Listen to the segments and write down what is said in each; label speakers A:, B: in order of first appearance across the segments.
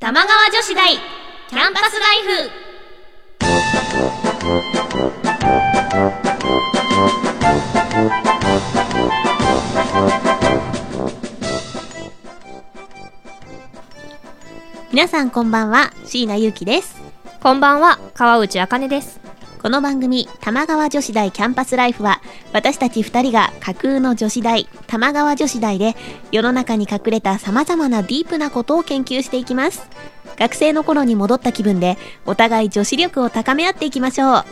A: 玉川女子大キャンパスライフ皆さんこんばんは椎名優樹です
B: こんばんは、川内あかねです。
A: この番組「玉川女子大キャンパスライフは」私たち2人が架空の女子大玉川女子大で世の中に隠れたさまざまなディープなことを研究していきます学生の頃に戻った気分でお互い女子力を高め合っていきましょう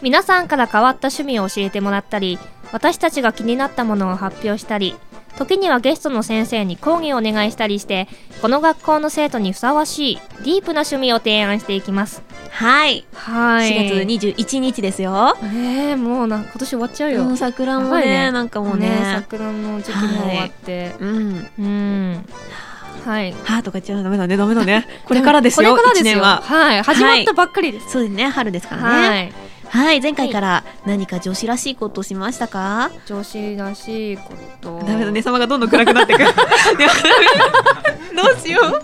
B: 皆さんから変わった趣味を教えてもらったり、私たちが気になったものを発表したり、時にはゲストの先生に講義をお願いしたりして、この学校の生徒にふさわしいディープな趣味を提案していきます。
A: はい、
B: はい。
A: 4月21日ですよ
B: ねえ、もうな今年終わっちゃうよ。
A: うん桜も
B: やばい
A: ね
B: ね
A: なんかもうね
B: ね桜の時期も終わって。
A: うん
B: うん。はい。
A: はあとか言っちゃダメだねダメだね これからですよ
B: これからです
A: 一年
B: よ。
A: は
B: はい。始まったばっかりです。
A: そうですね春ですからね
B: はい。
A: はい、前回から何か女子らしいことしましたか？
B: 女子らしいこと。
A: ダメだね、様がどん どん暗くなってくる。やダメどうしよう。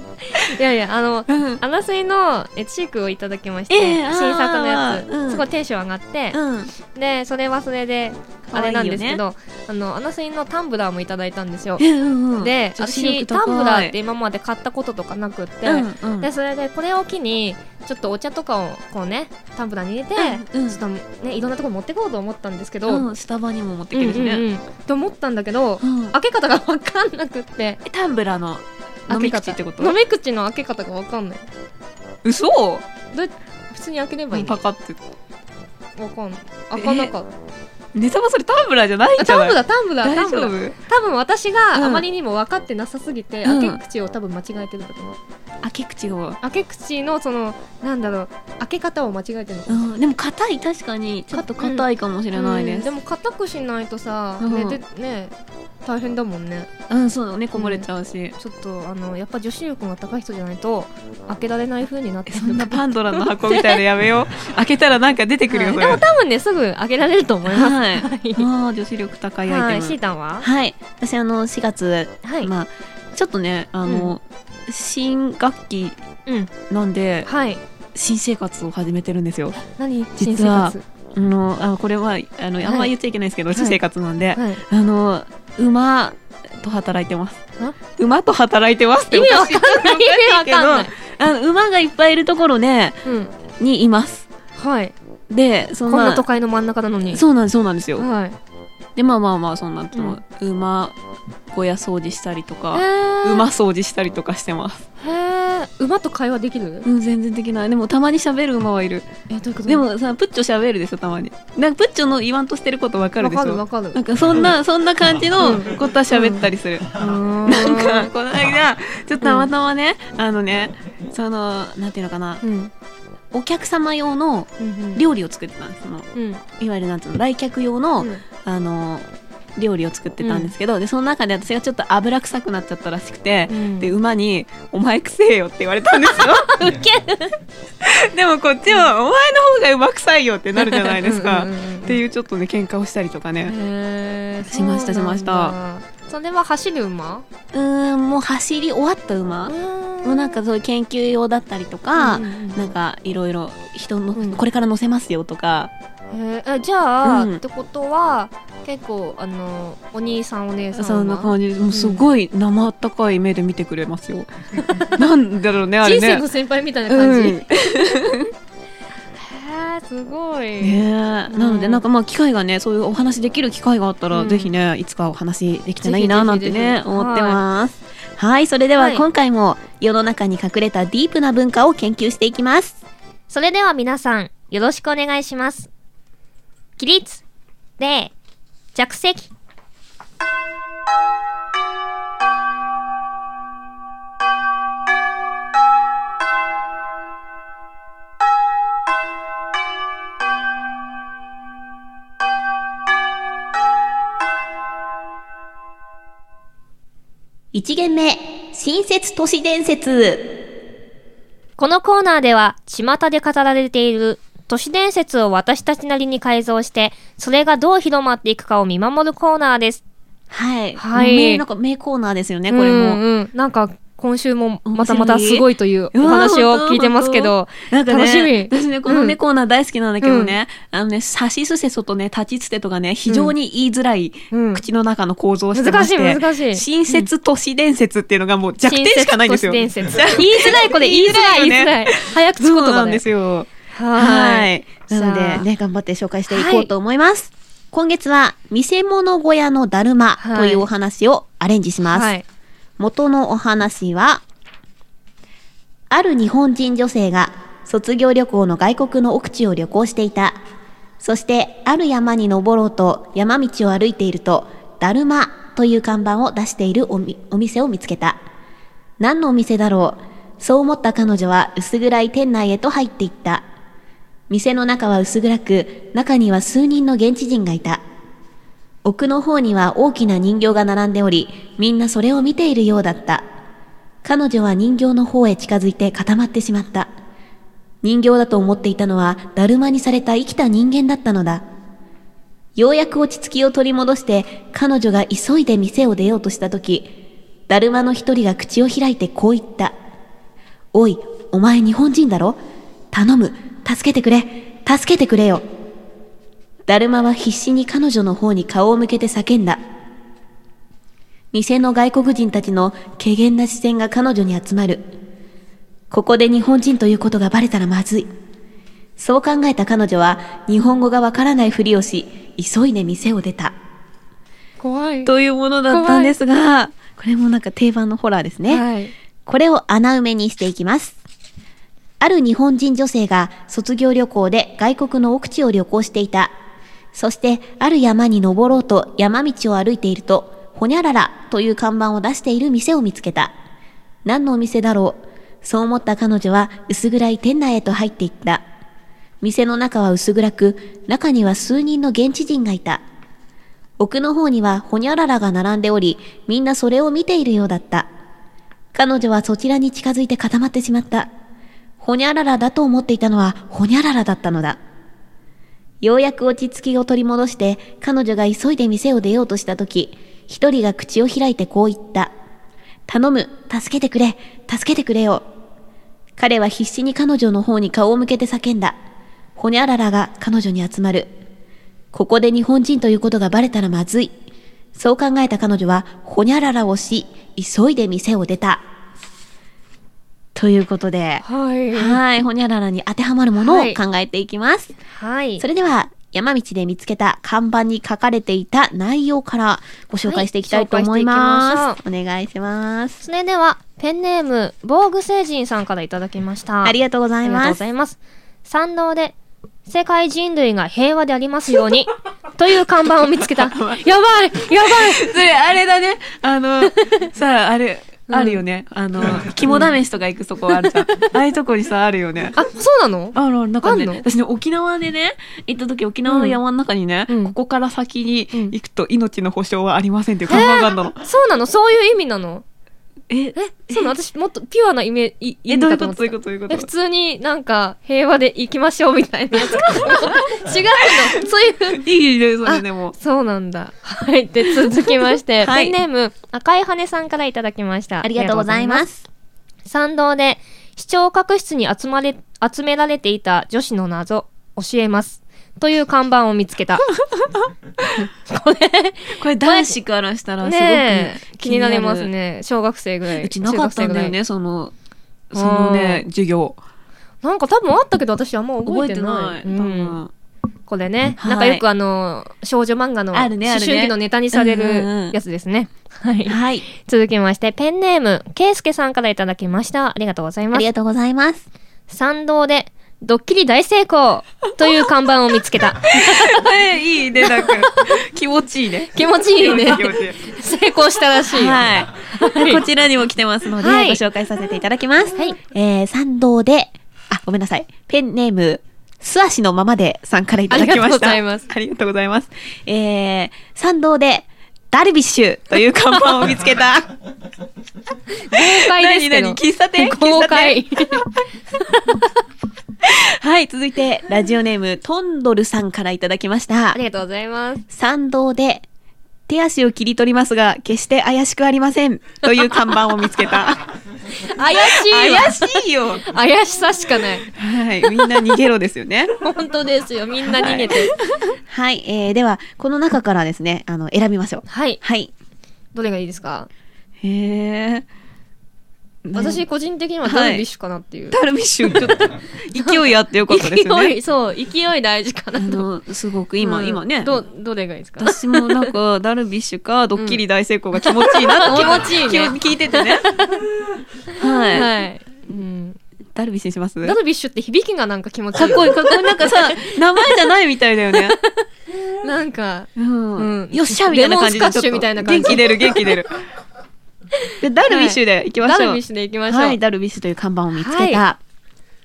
B: いやいや、あの、
A: うん、
B: アナスイのえチークをいただきまして、
A: ええあー
B: 新作のやつ、
A: うん
B: すごいテンション上がって、
A: うん、
B: でそれはそれであれなんですけ
A: 可
B: ど、あのアナスイのタンブラーもいただいたんですよ
A: 愛いよね、うんうん、
B: で
A: 女子力
B: 私
A: 高い
B: タンブラーって今まで買ったこととかなくって、
A: うんうん、
B: でそれでこれを機にちょっとお茶とかをこうねタンブラーに入れて、
A: うんうん
B: ちょっとねいろんなとこ持ってこうと思ったんですけど、
A: うん、スタバにも持ってくるし
B: うんうん
A: ね。
B: うんと思ったんだけど、
A: うん
B: 開け方が分かんなくって
A: えタンブラーの飲み口ってこと
B: 飲？み口の開け方が分かんない
A: 嘘？
B: どう普通に開ければいいの
A: パカって。
B: わかんない。開かなかった。
A: ネタもそれタンブラーじゃないん
B: あ
A: じ
B: タ
A: ゃな
B: ン
A: い？
B: ブラー、タンブラー、タ
A: 大
B: ンブ
A: 丈
B: ラ
A: 夫
B: ー。？多分私が
A: うん
B: あまりにも分かってなさすぎて、
A: うん
B: 開け口を多分間違えてるんだと思う。
A: 開け口を。
B: 開け口のその、なんだろう、開け方を間違えてるのか
A: う
B: な。
A: ん、でも硬い確かにちょっと硬いかもしれない
B: うん
A: です。
B: でも硬くしないとさ、
A: うん
B: ね、でね、大変だもんね。
A: うん、そうだね、こぼれちゃうし。
B: ちょっと、あの、やっぱ女子力が高い人じゃないと、開けられない風になって
A: え
B: る
A: そんなパンドラの箱みたいなやめよ う。開けたらなんか出てくるよ、
B: はい
A: そ
B: で
A: れ。
B: も多分ね、すぐ開けられると思います。
A: はい
B: は
A: ああ、女子力高
B: い。
A: いア
B: は
A: イ
B: い、シー
A: テム。
B: タンは
A: はい、私あの4月、
B: はい。
A: まあちょっとねあの、新学期
B: うん。
A: なんで
B: はい。
A: 新生活を始めてるんですよ。
B: 何新生
A: 実は
B: 活。
A: あのあこれはあのあんま
B: はい
A: 言っちゃいけないですけど、
B: はい
A: 新生活なんで、
B: はい。
A: あの馬と働いてます
B: あ。
A: 馬と働いてますって
B: 意味わかんない。意味わ
A: おかしいけど
B: かんない。
A: あの馬がいっぱいいるところね
B: うん。
A: にいます。
B: はい。
A: でそ
B: こ
A: ん
B: ん
A: な
B: な都会の真ん中なのに。
A: そうなんですそうなんですよ。
B: はい。
A: でまあまあまあそんな、その馬小屋掃除したりとか。
B: へ
A: 馬掃除したりとかしてます。
B: え。馬と会話できる
A: うん、全然できない。でもたまに喋る馬はいる。
B: え、どういうこと
A: で、もさ、プッチョ喋るでしょ、たまに。なんかプッチョの言わんとしてることわかる
B: わ
A: でし
B: かるわ
A: ょ。
B: かる。う
A: なんかそん な、そんな感じの
B: うん
A: ことは喋ったりする。
B: ーん
A: なんか、この間、ちょっとたまたまね、あのね、その、なんていうのかな、
B: うん。
A: お客様用の
B: うん。
A: 料理を作ってたんです。その、
B: うん。
A: いわゆるなんていうの、来客用の、あの、料理を作ってたんですけど、で、その中で私がちょっと油臭くなっちゃったらしくて、
B: うん
A: で馬に「お前くせえよ」って言われたんです よ。
B: ウケる
A: でもこっちは「お前の方が馬臭いよ」ってなるじゃないですか。って
B: う
A: いうちょっとね喧嘩をしたりとか
B: んうんう
A: ね。
B: ん。へー
A: しましたしまし。
B: そう
A: た
B: なんだそれは走る馬
A: うーんもう走り終わった馬もうなんかそういう研究用だったりとか、なんかいろいろ人の、
B: うん
A: これから乗せますよとか
B: へーえじゃあ、
A: うん
B: ってことは結構あのお兄さんお姉さんは
A: そんな感じでもうすごい生あったかい目で見てくれますよ。なんだろうねあれ
B: 人生
A: ね。
B: の先輩みたいな感じ、
A: うん
B: へえすごい、
A: ねえなので
B: うん
A: なんかまあ機会がねそういうお話できる機会があったら、
B: うん
A: ぜひねいつかお話できたらいいななんて
B: ぜひぜひ
A: ね
B: ぜひ
A: 思ってますはいそれでは
B: はい
A: 今回も世の中に隠れたディープな文化を研究していきます
B: それでは皆さんよろしくお願いします起立で着席
A: 一限目新設都市伝説
B: このコーナーでは巷で語られている都市伝説を私たちなりに改造してそれがどう広まっていくかを見守るコーナーです
A: はい
B: はい
A: 名なんか名コーナーですよねこれも、
B: うんうんなんか今週もまた
A: 面白い
B: またすごいという
A: うわー
B: お話を聞いてますけど、
A: なんかね、
B: 楽しみ
A: 私ね、このね、コーナー大好きなんだけどね、あのね、さしすせそとね、立ちつてとかね、非常に言いづらい、
B: うん
A: 口の中の構造をしてま
B: 難
A: し、
B: してい難しい。
A: 新設都市伝説っていうのがもう弱点しかないんですよ。
B: 新 設都市伝説言いづらい、これ言いづらい、
A: 言い
B: 言い
A: づ
B: づ
A: ら
B: らい。早口言
A: そうな
B: 葉
A: んで
B: で。
A: すよ。
B: は
A: は
B: ーい。
A: い。な
B: さ
A: ので
B: あ
A: ね、頑張って紹介していこうと思います。今月は、見せ物小屋のだるま
B: はい
A: というお話をアレンジします。
B: はい。
A: 元のお話は、ある日本人女性が卒業旅行の外国の奥地を旅行していた。そして、ある山に登ろうと山道を歩いていると、だるまという看板を出しているおみお店を見つけた。何のお店だろうそう思った彼女は薄暗い店内へと入っていった。店の中は薄暗く、中には数人の現地人がいた。奥の方には大きな人形が並んでおり、みんなそれを見ているようだった。彼女は人形の方へ近づいて固まってしまった。人形だと思っていたのは、だるまにされた生きた人間だったのだ。ようやく落ち着きを取り戻して、彼女が急いで店を出ようとしたとき、だるまの一人が口を開いてこう言った。おい、お前日本人だろ頼む、助けてくれ、助けてくれよ。だるまは必死に彼女の方に顔を向けて叫んだ。店の外国人たちの軽減な視線が彼女に集まる。ここで日本人ということがバレたらまずい。そう考えた彼女は日本語がわからないふりをし、急いで店を出た。
B: 怖い。
A: というものだったんですが、これもなんか定番のホラーですね。
B: はい。
A: これを穴埋めにしていきます。ある日本人女性が卒業旅行で外国の奥地を旅行していた。そして、ある山に登ろうと山道を歩いていると、ほにゃららという看板を出している店を見つけた。何のお店だろうそう思った彼女は薄暗い店内へと入っていった。店の中は薄暗く、中には数人の現地人がいた。奥の方にはほにゃららが並んでおり、みんなそれを見ているようだった。彼女はそちらに近づいて固まってしまった。ほにゃららだと思っていたのはほにゃららだったのだ。ようやく落ち着きを取り戻して、彼女が急いで店を出ようとした時、一人が口を開いてこう言った。頼む、助けてくれ、助けてくれよ。彼は必死に彼女の方に顔を向けて叫んだ。ほにゃららが彼女に集まる。ここで日本人ということがバレたらまずい。そう考えた彼女は、ほにゃららをし、急いで店を出た。ということで、
B: はい。
A: はい、ほにゃららに当てはまるものを
B: はい
A: 考えていきます。
B: はい。
A: それでは、山道で見つけた看板に書かれていた内容からご紹介していきたいと思
B: はい
A: い
B: 紹介
A: ま
B: して
A: す。お願いします。
B: それでは、ペンネーム、防具星人さんからいただきました。
A: ありがとうござい
B: ありがとう
A: ま
B: ご
A: す
B: ざ。います。参道で、世界人類が平和でありますよう に、という看板を見つけた。やばいやばい
A: それ、あれだね。あの、さあ、あれ、あるよね。あの、肝試しとか行くとこあるじゃん。ああいうとこにさ、あるよね。
B: あ、そうなの
A: あら、なんかね、
B: あんの
A: 私ね、沖縄でね、行った時、沖縄の山の中にね、
B: うん
A: ここから先に
B: うん
A: 行くと命の保証はありませんっていう看板があったの。
B: そうなのそういう意味なの
A: え、え、
B: そうなの私もっとピュアなイメージ、意
A: え、
B: 味
A: どうい
B: か
A: う
B: と
A: こ
B: 思
A: と
B: っ
A: どうい
B: てた
A: うこ。とどういうこ
B: え普
A: と
B: 通になんか平和で行きましょうみたいなやつかと 違うのそういう
A: いいね、そ
B: あ
A: れでも。
B: そうなんだ。はい。で、続きまして、
A: はい
B: ペンネーム、赤い羽さんからいただきました。
A: ありがとうござい
B: す
A: ます。
B: 参道で視聴覚室に集まれ、集められていた女子の謎、教えます。という看板を見つけ た。こ
A: これ男子からしたら
B: れ、
A: すごく
B: ね
A: ね
B: え、気になります。ね。小学生ぐらい。
A: うちなかった
B: 中学生
A: んだよ
B: ぐらい。
A: ね、その、そのね、授業。
B: なんか多分あったけど私あんま覚え
A: 覚え
B: て
A: て
B: な。
A: ないい。
B: うん、これね、
A: はい
B: なんかよくあの、少女漫画の
A: あ
B: 思
A: るねあ
B: 春
A: るね
B: 期のネタにされ
A: うんうんう
B: る
A: ん
B: やつですね。はい
A: 多分。はい。
B: 続きまして、ペンネーム、ケイスケさんからいただきました。ありがとうござい
A: あ
B: ます
A: り。がとうございます。
B: 参道で、ドッキリ大成功という看板を見つけた。
A: いいね、なん か、気持ちいいね。
B: 気持ちいいね。
A: ちいい。
B: 成功したらしいよ。
A: はい。こちらにも来てますので、
B: はい
A: ご紹介させていただきます。
B: はい
A: えー、参道で、あ、ごめんなさい。ペンネーム、素足のままでさんからいただきました。
B: ありがとうございます。
A: ありがとうございます。えー、参道で、ダルビッシュという看板を見つ けた。
B: 豪快ですけど。
A: 何何喫茶店
B: 豪快。
A: はい、続いて、ラジオネーム、トンドルさんからいただきました
B: あ。りがとうございます。
A: 参道で、手足を切り取りますが、決して怪しくありません。という看板を見つけた。
B: 怪しいわ
A: 怪しいよ
B: 怪しさしかない。
A: はい、みんな逃げろですよね。
B: 本当ですよ。みんな逃げて。
A: はい、えー、では、この中からですね、あの、選びましょう。
B: はい。
A: はい。
B: どれがいいですか
A: へえ、ね
B: 私、個人的にはダルビッシュかなっていう。
A: ダルビッシュ、ちょっと、勢いあってよかったです よ
B: 勢
A: ね。
B: い、そう、勢い大事か
A: あ
B: なと。
A: の、すごく今、
B: うん
A: 今ね。
B: ど、どれがいいですか
A: 私もな んか、ダルビッシュか、ドッキリ大成功が気持ちいいなと、
B: うん気持ちいいね
A: 聞いててね。はい、
B: はい。うん。
A: ダルビッシュにします
B: ダルビッシュって響きがなんか気持ちいい。
A: かっこいい、かっこいい。なんかさ、名前じゃないみたいだよね。
B: なんか、
A: うん
B: うん
A: よっしゃみたいな感じで。
B: レモンスカッシュみたいな感じ
A: 元気出る、元気出る。で、ダルビッシュで行きましょう。
B: ダルビッシュでいきましょう。
A: はい、ダルビッシュという看板を見つけた。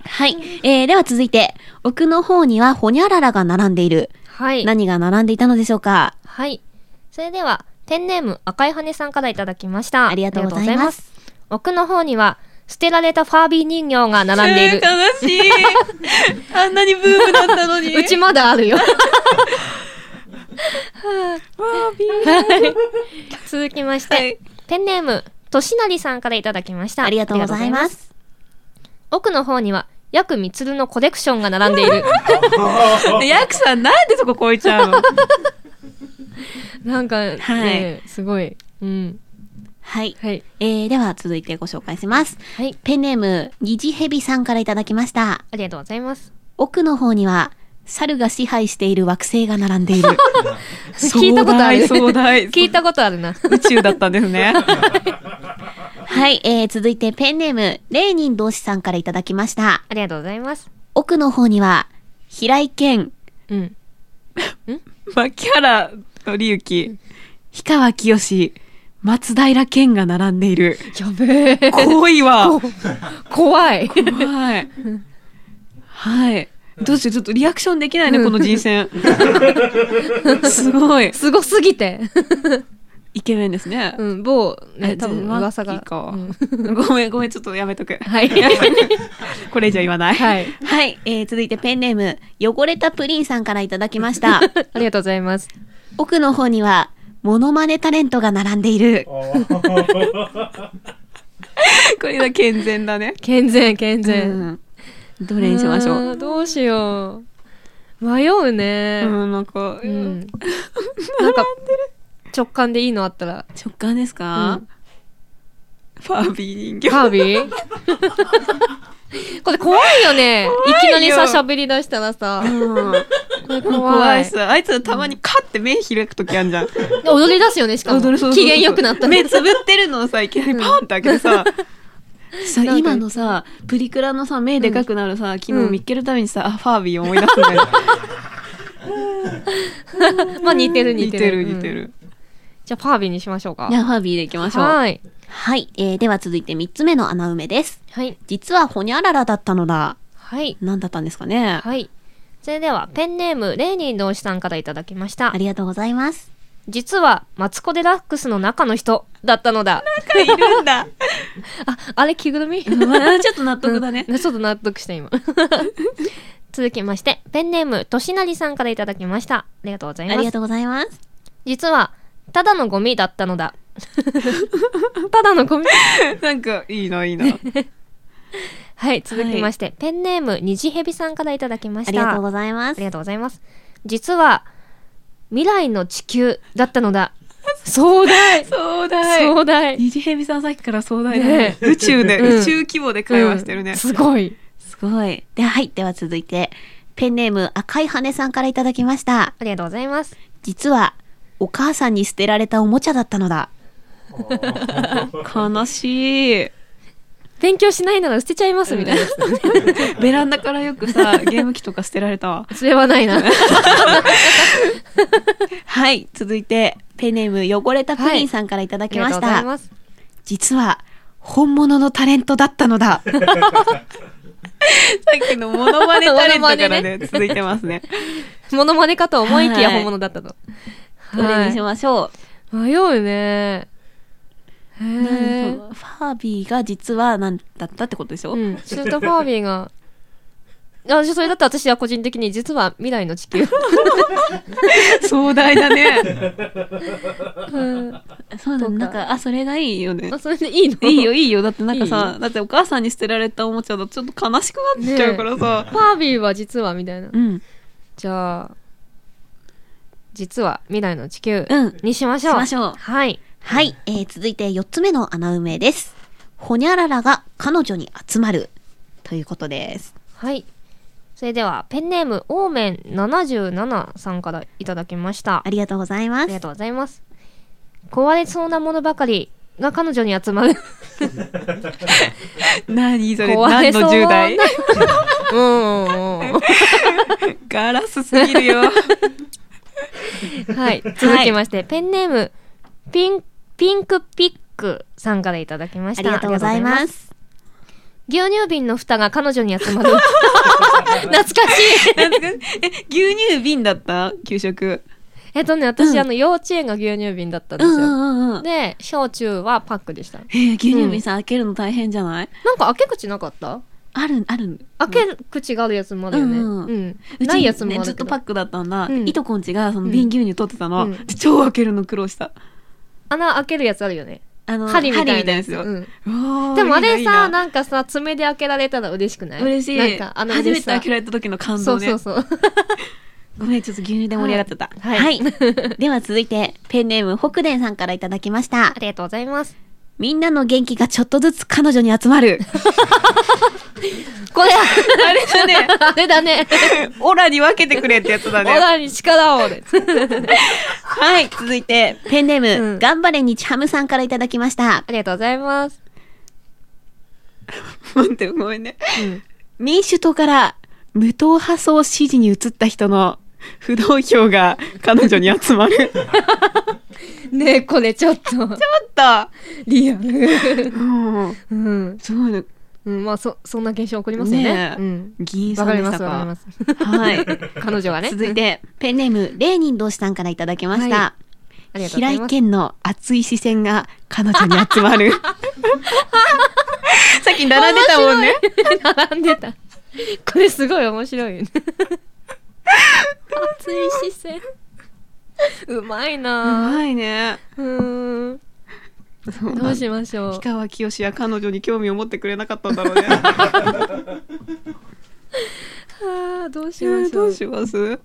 A: はい。えー、では続いて、奥の方にはホニャララが並んでいる。
B: はい。
A: 何が並んでいたのでしょうか
B: はい。それでは、ペンネーム赤い羽さんからいただきました。
A: ありがとうござい
B: ありがとうござい
A: ま
B: ます
A: す。
B: 奥の方には、捨てられたファービー人形が並んでい る。
A: えー悲しい。 あんなにブームだっ たのに
B: うちまだあるよ。
A: わービー
B: 続きまして、
A: はい
B: ペンネーム、としなりさんからいただきました。
A: ありがとうござい
B: ありがとうございま。
A: ますす。
B: 奥の方には、ヤクミツルのコレクションが並んでい る。
A: ヤクさん、なんでそこ超えちゃうの
B: なんか、ね、
A: は
B: すごい。うん。
A: はい。
B: はい。
A: えー、では続いてご紹介します。
B: はい。
A: ペンネーム、虹ヘビさんからいただきました。
B: ありがとうございます。
A: 奥の方には、猿が支配している惑星が並んで いる。
B: 聞いたことある
A: 壮大。
B: 聞いたことあるな。
A: 宇宙だったんですね。はい、えー、続いてペンネーム、レーニン同士さんからいただきました。
B: ありがとうございます。
A: 奥の方には、平井堅、
B: うん。
A: 牧原紀之、氷川きよし、松平健が並んでいる。
B: やべえ。
A: 怖いわ。
B: 怖い。
A: はい。はい。どうしよう、ちょっとリアクションできないね、この人選。すごい。
B: すごすぎて。
A: イケメンですね。
B: うん、某、
A: え
B: ね、多分噂が。うん
A: ごめん、ごめん、ちょっとやめとく。
B: はい。
A: これ以上言わない。
B: はい。
A: はい、えー、続いてペンネーム、汚れたプリンさんからいただきま した。
B: ありがとうございます。
A: 奥の方には、モノマネタレントが並んでいる。これは健全だね。
B: 健全、健
A: う
B: 全。
A: ん。どれにしましょ
B: あー
A: う。
B: どうしよう。迷う
A: う
B: ね。
A: ん、なんか、
B: うん。なんか、直感でいいのあったら。
A: 直感ですか、
B: うん
A: ファービー人形。
B: カービィこれ怖いよね。いきなりさ、喋り出したらさ。
A: うん
B: これ
A: 怖
B: 怖
A: い
B: い。
A: さあいつたまにカッて目開くときあんじゃん。
B: で踊り出すよね、しかも。
A: 踊るそうそうそ
B: 機
A: う
B: 嫌良くなった
A: 目つぶってるのをさ、いきなりパーンって開けて さ、さ
B: なんか
A: 今のさ、プリクラのさ、目でかくなるさ、昨日見っけるためにさ、あ、ファービーを思い出すんだよ。
B: まあ似てる似
A: 似
B: て
A: て
B: る。
A: る似て
B: うん
A: る。
B: じゃあ、パービィにしましょうか
A: じ。ゃあファービーでいきましょう。はい。
B: はい。
A: えーでは続いて3つ目の穴埋めです。
B: はい。
A: 実はホニャララだったのだ。
B: はい。
A: 何だったんですかね。
B: はい。それでは、ペンネーム、レーニン同士さんからいただきまし
A: あ
B: た。
A: りがとうございます。
B: 実は、マツコ・デラックスの中の人だったの だ。
A: いるんだ。
B: あ、あれ着ぐ るみ
A: ちょっと納得だね。
B: うんちょっと納得した、今。 続きまして、ペンネーム、としなりさんからいただきました。ありがとうございま
A: あり
B: す
A: が。とうございます。
B: 実は、ただのゴミだったのだ。 ただのゴミ。
A: なんか、いいな、いいな。
B: はい、続きまして、ペンネーム、にじへびさんからいただきまし
A: あ
B: た。
A: りがとうございま
B: あ
A: す
B: り。がとうございます。実は、未来の地球だったのだ。壮大
A: 壮
B: 壮大
A: 虹ヘビさんさっきから壮大だ
B: ね
A: ね。宇宙で、
B: うん
A: 宇宙規模で会話してるね。
B: うんすごい。
A: すごい。で、はい。では続いて、ペンネーム赤い羽さんからいただきました。
B: ありがとうございます。
A: 実は、お母さんに捨てられたおもちゃだったのだ。悲しい。
B: 勉強しないなら捨てちゃいますみたいな。
A: ベランダからよくさ、ゲーム機とか捨てられたわ。
B: それはない な。
A: はい。続いて、ペンネーム汚れたプリンさんからいただ
B: あ
A: き
B: り
A: ま
B: がとう
A: し
B: ござい
A: た。
B: ます。
A: 実は、本物のタレントだったのだ。さっきのモノマネタレントからね、続いてますね。
B: モノマネかと思いきや
A: はい
B: 本物だったと。
A: どれ
B: は
A: にし
B: い。
A: ましょう。
B: 迷うね。へ
A: な
B: ー
A: んか ファービーが実は何だったってことでしょ、
B: うん。するとファービーが、あじゃあそれだって私は個人的に実は未来の地 球
C: 壮大だね。
B: うんあ
C: そうだ
B: とか
C: ね。なんか、あ、それがいいよね。
B: それでいいの
C: いいよ、いいよ。だってなんかさ
B: いい、
C: だってお母さんに捨てられたおもちゃだとちょっと悲しくなっちゃうからさ。
B: ファービーは実はみたいな
C: うん。
B: じゃあ実は未来の地球
C: うん。
B: にしましょう、
C: しましょう
B: はい
C: はい、えー続いて4つ目の穴埋めです。ほにゃららが彼女に集まるということです。
B: はいそれではペンネームオーメン77さんからいただきました
C: ありがとうございま
B: あり
C: す
B: が。とうございます。壊れそうなものばかりが彼女に集まる。
C: 何 そ
B: 壊れそうな。うんうんうん。
C: ガラスすぎ るよ。
B: はい。続きまして、ペンネーム、ピン、ピンクピックさんからいただきまし
C: あ
B: た。
C: りがとうございま
B: ありがとうございます
C: す。
B: 牛乳瓶の蓋が彼女に集 まる。懐かしい。
C: え、牛乳瓶だった給食。
B: えっとね、私、
C: うん
B: あの、幼稚園が牛乳瓶だったん
C: う
B: で
C: ん
B: す
C: う
B: よ。
C: んうんうん。
B: で、小中はパックでした。
C: えー牛乳瓶さ、開けるの大変じゃない
B: なんか開け口なかった
C: ある、ある。
B: 開け口があるやつもあるよね。
C: う
B: うんん。
C: ううち
B: ないやつもあ
C: ね
B: るけど。
C: ずっとパックだったんだ。
B: うん
C: いとこんちがその瓶牛乳取ってたの。
B: うん
C: 超開けるの苦労した。
B: 穴開けるやつあるよね。
C: あの、
B: 針みたいな。
C: やつよ。
B: うん
C: うわー
B: でもあ
C: い
B: れ
C: いないい
B: さ、なんかさ、爪で開けられたら嬉しくない
C: 嬉しい。
B: なんか、あの
C: 初
B: 嬉
C: め
B: してさ
C: 開けられた時の感
B: そ
C: 動
B: う
C: ね。
B: そうそう。
C: ごめん、ちょっと牛乳で盛り上がっちゃった。
B: はい
C: では続い て、ペンネーム北伝さんからいただきました
B: あ。りがとうございます。
C: みんなの元気がちょっとずつ彼女に集ま る。
B: こ れ、
C: あれだね。
B: あれだね。
C: オラに分けてくれってやつだ
B: オラに力をで。
C: はい、続 いて、ペンネーム、
B: うん
C: 頑張れ日ハムさんからいただきました。
B: ありがとうございます。
C: 待って、ごめんね。
B: うん
C: 民主党から無党派層支持に移った人の不動票が彼女に集まる。ちょっ
B: ねえ、これちょ っと、
C: と、
B: リア ル。
C: うん、
B: うん。
C: すごいね。
B: うんまあ、そ、そんな現象起こりますよね
C: ね。え
B: うん。
C: 議員さ
B: わ
C: ん
B: か
C: で
B: り
C: し
B: ま
C: た
B: す、わかります。
C: かはい。
B: 彼女がね。
C: 続いて、ペンネーム、レーニン同士さんからいただきました。
B: ありがとうござ
C: 平
B: い
C: 井
B: ます。
C: 堅の熱い視線が彼女に集ま る。さっき並んでたもんね。
B: 並んでた。これすごい面白いよね。熱い視線。うまいうなぁ。
C: まいね。
B: うーん。
C: そう
B: ど
C: な
B: うん
C: だ
B: しましょう
C: 氷。川きよしは彼女に興味を持ってくれなかったんだろうね。
B: ああ、どうし
C: え
B: まし
C: ー
B: ょ
C: ど
B: う。
C: うします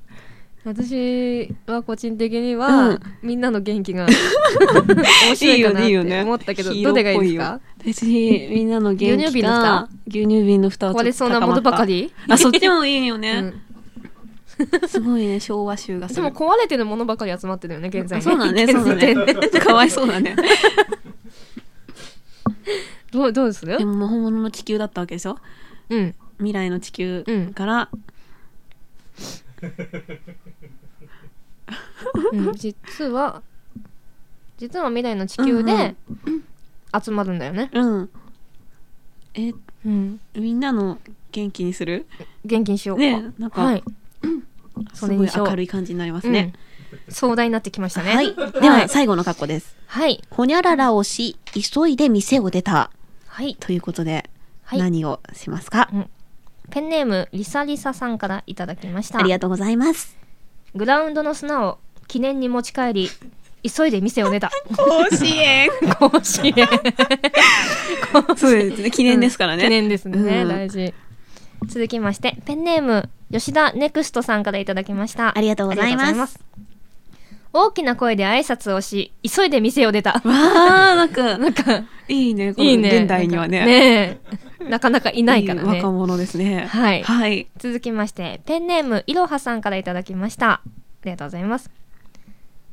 B: 私は個人的に
C: う
B: は
C: ん、
B: みんなの元 気が面白いかなって思ったけど、どれがいいですか
C: 別にみんなの元
B: 牛乳
C: 気
B: 瓶の蓋
C: が牛乳瓶の蓋を
B: 壊れそうなものばかり
C: あ、そっちもいいよ
B: う
C: ね。
B: ん。
C: すごいね、昭和集がす
B: でも
C: る。
B: 壊れてるものばかり集まってるよね、現在
C: あそうだね、
B: 現
C: そうだ
B: 時点で
C: ね。かわいそうだね。
B: どう、どうです
C: でも、本物の地球だったわけでしょ
B: うん。
C: 未来の地球
B: うん
C: から、
B: うん実は、実は未来の地球で集まるんだよね。
C: うん。え、
B: うん。
C: みんなの元気にする
B: 元気にしようか。
C: ねなんか
B: はい。
C: す
B: そ
C: ご
B: れ
C: い
B: にしよう
C: 明るい感じになりますね。
B: うん。壮大になってきましたね。
C: はい。では、最後の格好です。
B: はい。
C: ほにゃららをし、急いで店を出た。
B: はい。
C: ということで、
B: はい。
C: 何をしますか
B: ペンネームリサリサさんからいただきました
C: ありがとうございます。
B: グラウンドの砂を記念に持ち帰 り急いで店を出た
C: 甲子園
B: 甲子園
C: そうですね、記念ですから
B: 記
C: ね。
B: 念ですね、
C: うん
B: 大事続きましてペンネーム吉田ネクストさんからいただきました
C: ありがとうございます
B: ありがとう大きな声で挨拶をし急いで店を出た
C: わあ、なんか、
B: なんか
C: いいね、この
B: いいね
C: 現代にはね。
B: ねえなかなかいないから
C: い
B: ね
C: 若者ですね。
B: はい
C: はい。
B: 続きましてペンネームいろはさんからいただきましたありがとうございます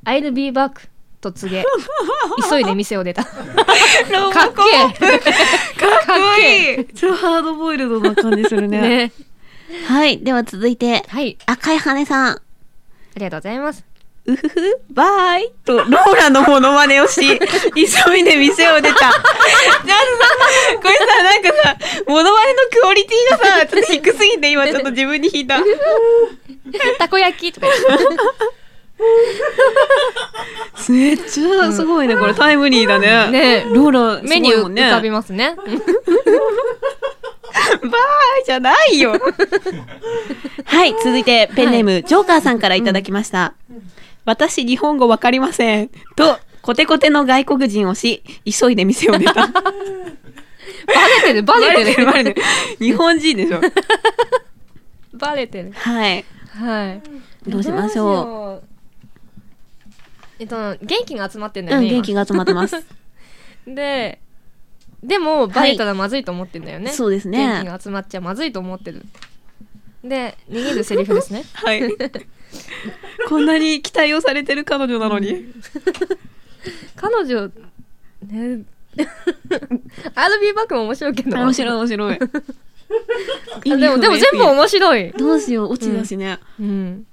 B: I'll be back と告 げ急いで店を出たかっ
C: ロ
B: けえ
C: かっこい
B: か
C: いちょっとハードボイルドな感じするね。
B: ね
C: はい、では続いて、
B: はい
C: 赤い羽さん。
B: ありがとうございます
C: うふふ、バイと、ローラのモノマネをし、急いで店を出た。なんかさ、これさ、なんかさ、モノマネのクオリティがさ、ちょっと低すぎて、今ちょっと自分に引いた。
B: たこ焼きとか
C: めっちゃすごいね、これタイムリーだ
B: ね
C: ね。ローラ、
B: メニュー浮かび
C: ま
B: ますね
A: じゃないよ。はい、続いてペンネーム、ジョーカーさんからいただきました。私、日本語わかりません。と、コテコテの外国人をし、急いで店を出 た。
B: レてる、バレてる。
A: バレてる日本人でしょ。
B: バレてる。
A: はい。
B: はい。
A: どうしましょ
B: う。えっと、元気が集まってん
A: う。
B: だよ
A: うん、
B: ね。
A: 元気が集まってます。
B: 今で、でも、バレたらまずいと思ってんだよね。
A: そうです
B: 元気
A: ね。
B: が集まっちゃまずいと思ってる。で、逃げるセリフ ですね。
A: はい。こんなに期待をされてる彼女なのに。
B: 彼女、ね、RB バックも面白いけど。
A: 面白い面白い。
B: あでも、でも全部面白い。
A: どうしよう、落ちだしね。
B: うん。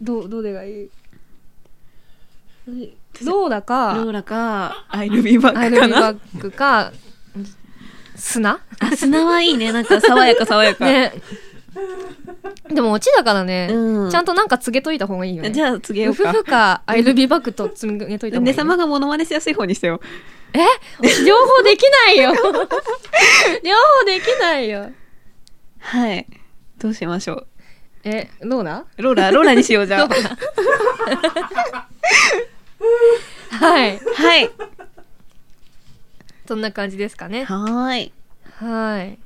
B: ど、どれがいいローラ
A: ロー
B: か、
A: ラか、アイルビーバッ
B: アイ
A: ク
B: ル
A: か
B: ビ
A: な
B: バ。ッグか、砂
A: あ、砂はいい ね。なんか、爽やか爽やか。
B: ね。でもオチだからね、
A: うん
B: ちゃんとなんか告げといた方がいいよね。
A: じゃあ、告げ
B: ウ
A: よう
B: フ
A: か
B: フ。か、アイルビーバッグと告げといた方がい
A: ね
B: い、
A: 様がモノマネしやすい方にしてよ。
B: え両方できないよ 両方できないよ
A: はい。どうしましょ
B: え、ローラ
A: う。ローラ、ローラにしよう、じ ゃあ。
B: はい。
A: はい。
B: そんな感じですかね。
A: はーい。
B: はい。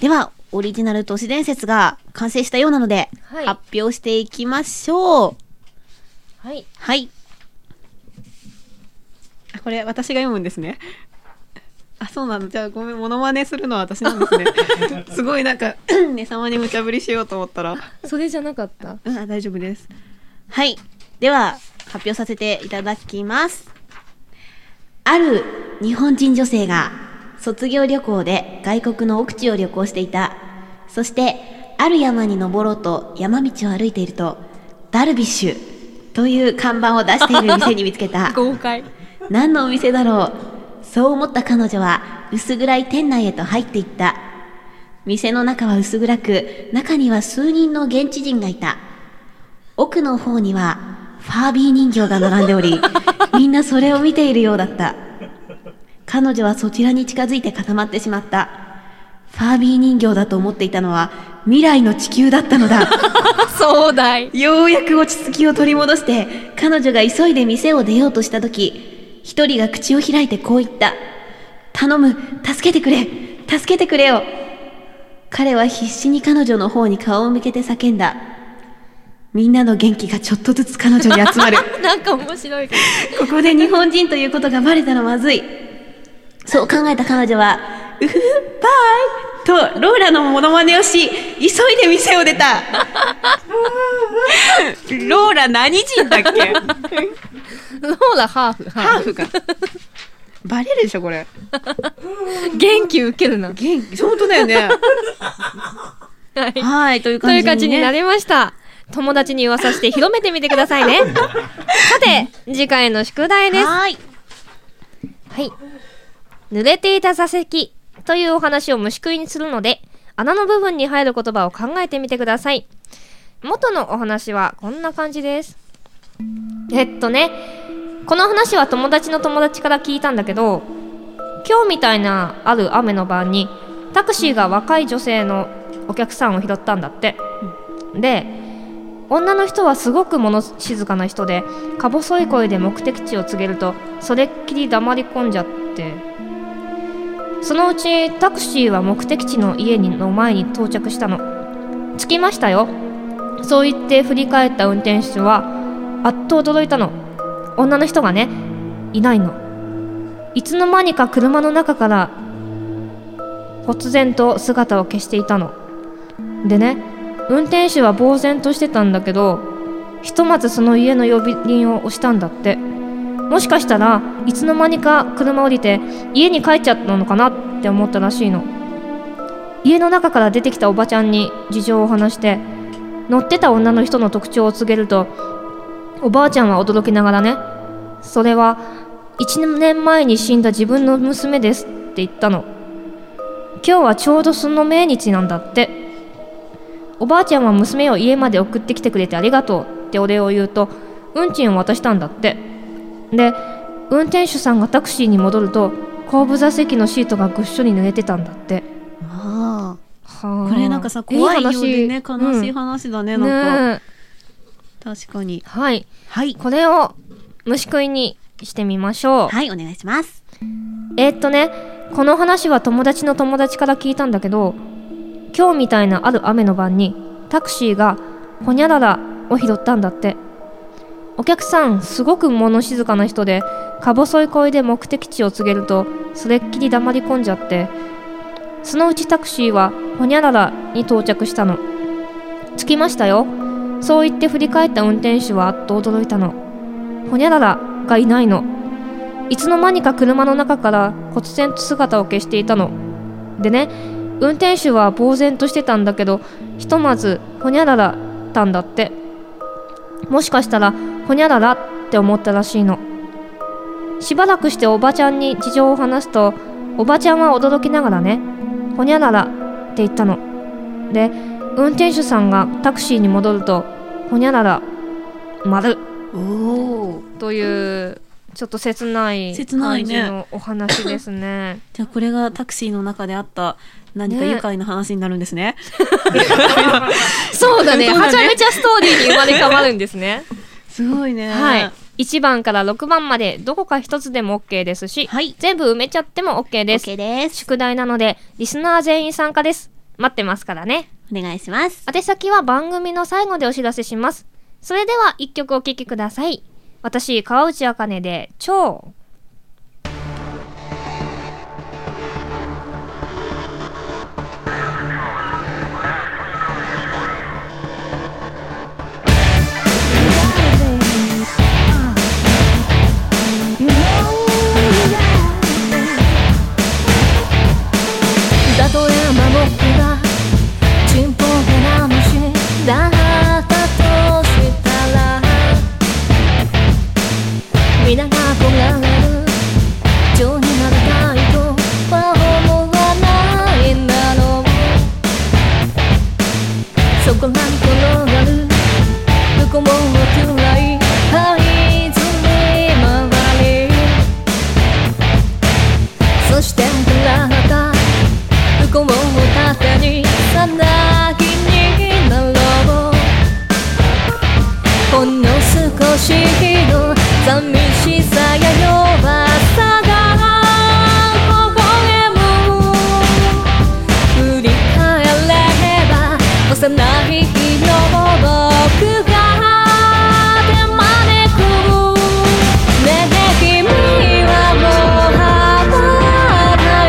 A: では、オリジナル都市伝説が完成したようなので、
B: はい
A: 発表していきましょう。
B: はい。
A: はい。あこれ、私が読むんですね。あ、そうなの。じゃあ、ごめん、モノマネするのは私なん ですね。すごい、なんか、 ね様に無茶ぶりしようと思ったら。
B: それじゃなかった。
A: うん、あ大丈夫です。はい。では、発表させていただきます。ある日本人女性が卒業旅行で外国の奥地を旅行していた。そして、ある山に登ろうと山道を歩いていると、ダルビッシュという看板を出している店に見つけた。
B: 豪快。
A: 何のお店だろうそう思った彼女は薄暗い店内へと入っていった店の中は薄暗く中には数人の現地人がいた奥の方にはファービー人形が並んでおりみんなそれを見ているようだった彼女はそちらに近づいて固まってしまったファービー人形だと思っていたのは未来の地球だったのだ
B: 壮大。
A: ようやく落ち着きを取り戻して、彼女が急いで店を出ようとしたとき、一人が口を開いてこう言った。頼む、助けてくれ、助けてくれよ。彼は必死に彼女の方に顔を向けて叫んだ。みんなの元気がちょっとずつ彼女に集まる。
B: なんか面白い。
A: ここで日本人ということがバレたらまずい。そう考えた彼女は、うふふ、バイとローラのモノマネをし、急いで店を出た。 ローラ何人だっ け
B: ローラハーフ。
A: ハ
B: は
A: ーフか。バレるでしょ、これ。
B: い元気受けるな。はい。
A: 元気、本当だよね。はい、という
B: と
A: 感
B: いう
A: じ
B: 感じ
A: に、ね。
B: になりました。友達に噂して広めてみてください ね。さて、次回の宿題です。
A: はーい。
B: はい。濡れていた座席というお話を虫食いにするので、穴の部分に入る言葉を考えてみてください。元のお話はこんな感じです。えっとね、この話は友達の友達から聞いたんだけど、今日みたいなある雨の晩に、タクシーが若い女性のお客さんを拾ったんだって。で、女の人はすごく物静かな人でか細い声で目的地を告げるとそれっきり黙り込んじゃってそのうちタクシーは目的地の家にの前に到着したの着きましたよそう言って振り返った運転手はあっと驚いたの女の人がねいないのいつの間にか車の中から忽然と姿を消していたのでね運転手は呆然としてたんだけどひとまずその家の呼び鈴を押したんだってもしかしたらいつの間にか車降りて家に帰っちゃったのかなって思ったらしいの家の中から出てきたおばちゃんに事情を話して乗ってた女の人の特徴を告げるとおばあちゃんは驚きながらねそれは1年前に死んだ自分の娘ですって言ったの今日はちょうどその命日なんだっておばあちゃんは娘を家まで送ってきてくれてありがとうってお礼を言うと運賃を渡したんだってで運転手さんがタクシーに戻ると後部座席のシートがぐっしょり濡れてたんだって
A: あ
B: は
A: あ
B: あ
A: これなんかさ怖いようでね
B: いい話
A: 悲しい
B: うん
A: 話だね、なんか
B: ねえ
A: 確かに
B: はい
A: はい
B: これを虫食いにしてみましょう
A: はいお願いします
B: えーっとね、この話は友達の友達から聞いたんだけど、今日みたいなある雨の晩に、タクシーが、ほにゃららを拾ったんだって。お客さん、すごく物静かな人で、か細い声で目的地を告げると、それっきり黙り込んじゃって、そのうちタクシーは、ほにゃららに到着したの。着きましたよ。そう言って振り返った運転手は、あっと驚いたの。ほにゃららがいないの。いつの間にか車の中から忽然と姿を消していたの。でね、運転手は呆然としてたんだけど、ひとまず、ほにゃららたんだって。もしかしたら、ほにゃららって思ったらしいの。しばらくしておばちゃんに事情を話すと、おばちゃんは驚きながらね、ほにゃららって言ったの。で、運転手さんがタクシーに戻ると、ほにゃらら、丸
A: おお
B: というちょっと切ない
A: 切な
B: 感
A: い
B: じ
A: ね
B: のお話ですね。
A: じゃあこれがタクシーの中であった何か
B: ね
A: 愉快な話になるんですね
B: そうだね。
A: そうだね
B: はちゃめちゃストーリーに生まれ変わるんですね。
A: すごいね
B: はい。1番から6番までどこか1つでも OK ですし、
A: はい
B: 全部埋めちゃっても OK です。
A: OK です
B: 宿題なので、リスナー全員参加です。待ってますからね。
A: お願いします
B: 宛先は番組の最後でお知らせします。それでは一曲お聴きください。私、川内茜で、超。
D: たとえ守がチンポがな虫だったとしたら皆が憧れる情になりたいとは思わないんだろうそこらに転がる向こうも暗い灰ずに回りそして暗かった向こうを盾にさなぎになろうほんの少しの寂しさや弱さが微笑む振り返れば幼い日の僕が手招くねえ君はもう羽ばたい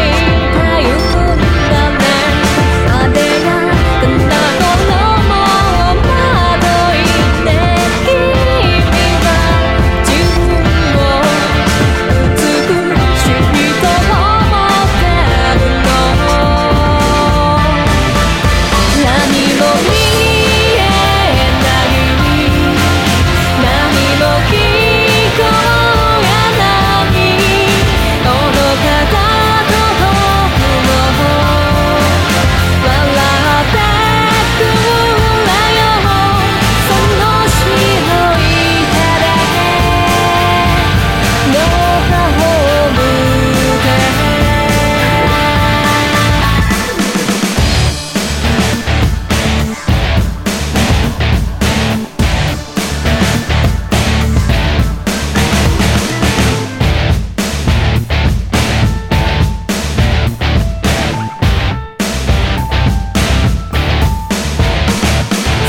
D: てゆくんだね艶やかな衣をまといて君は自分を美しいと思ってるの何も見えない何も聞こえない愚かだと僕も笑ってくれよその白い手で野花を向け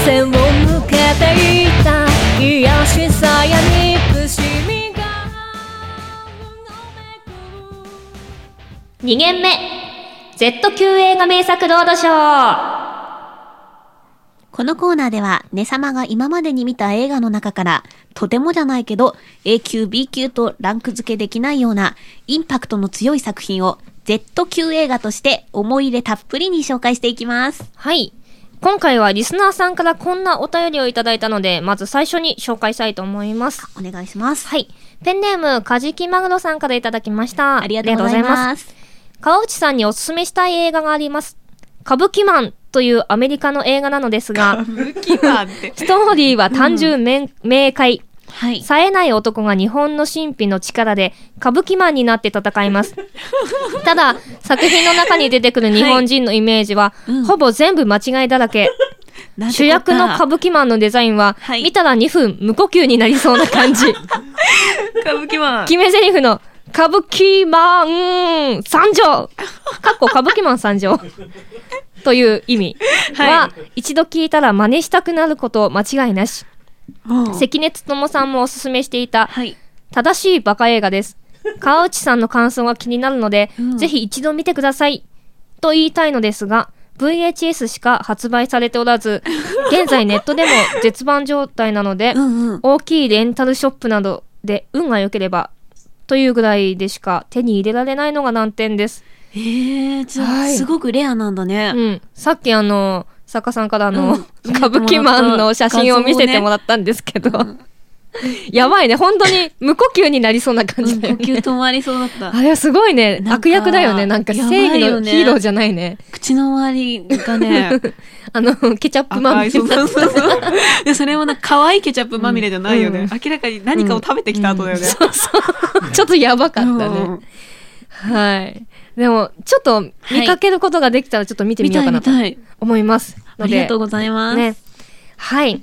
D: 背を向けていた癒しさや憎しみが
B: 2限目、Z 級映画名作ロードショー。
A: このコーナーでは、ねさまが今までに見た映画の中から、とてもじゃないけど、A 級、B 級とランク付けできないような、インパクトの強い作品を、Z 級映画として、思い入れたっぷりに紹介していきます。
B: はい。今回はリスナーさんからこんなお便りをいただいたので、まず最初に紹介したいと思います。
A: お願いします。
B: はい。ペンネーム、カジキマグロさんからいただきました。
A: ありがとうござい
B: ありがとうございま。
A: ますす。
B: 川内さんにおすすめしたい映画があります。歌舞伎マンというアメ リカの映画なのですが、
A: 武器マンって。
B: ストーリーは単純明明快。
C: はい。
B: 冴えない男が日本の神秘の力で歌舞伎マンになって戦います。ただ、作品の中に出てくる日本人のイメージは、
C: はいうん
B: ほぼ全部間違いだらけ。
C: なん て
B: 主役の歌
C: こ
B: 舞伎マンのデザインは、
C: はい
B: 見たら2分無呼吸になりそうな感 じ。
C: とだ歌舞伎マン。
B: 決め台詞の、歌舞伎マン三条かっこ歌舞伎マン三条という意味は、一度聞いたら真似したくなること間違いなし。
C: うん
B: 関根勤さんもおすすめしていた、
C: はい。
B: 正しいバカ映画です。川内さんの感想が気になるので、
C: うん
B: ぜひ一度見てください。と言いたいのですが、VHS しか発売されておらず、現在ネットでも絶版状態なので
C: う、んうん。
B: 大きいレンタルショップなどで運が良ければ、というぐらいでしか手に入れられないのが難点です。
C: ええ、じゃあ
B: はい
C: すごくレアなんだね。
B: うん。さっきあの、作家さんからあ
C: う
B: の、
C: ん
B: 歌舞伎マンの写真を見せてもらったんですけど、やばいね。本当に無呼吸になりそうな感
C: う
B: じ
C: ん
B: だ
C: 呼
B: よね。
C: 吸止まりそうだった。
B: あれはすごいね。
C: なんか
B: 悪役だよね。なんか
C: やば
B: 正
C: いよね
B: 義のヒーローじゃないね。
C: 口の周りがね、
B: あの、ケチャップマ
C: 赤
B: ン
C: い、
B: みたい
C: そ
B: うな
C: そうそうそう。で、それもなんか可愛いケチャップまみれじゃないよね。
B: うん
C: 明らかに何かを食べてきた後だよね。
B: そうそう。 ちょっとやばかった
C: う
B: ね。
C: ん
B: はい。でも、ちょっと見かけることができたらちょっと見てみ
C: 見
B: よう
C: た
B: かな
C: い見
B: と
C: たい。
B: 思います。
C: ありがとう
B: う
C: ございます。
B: ね。はい。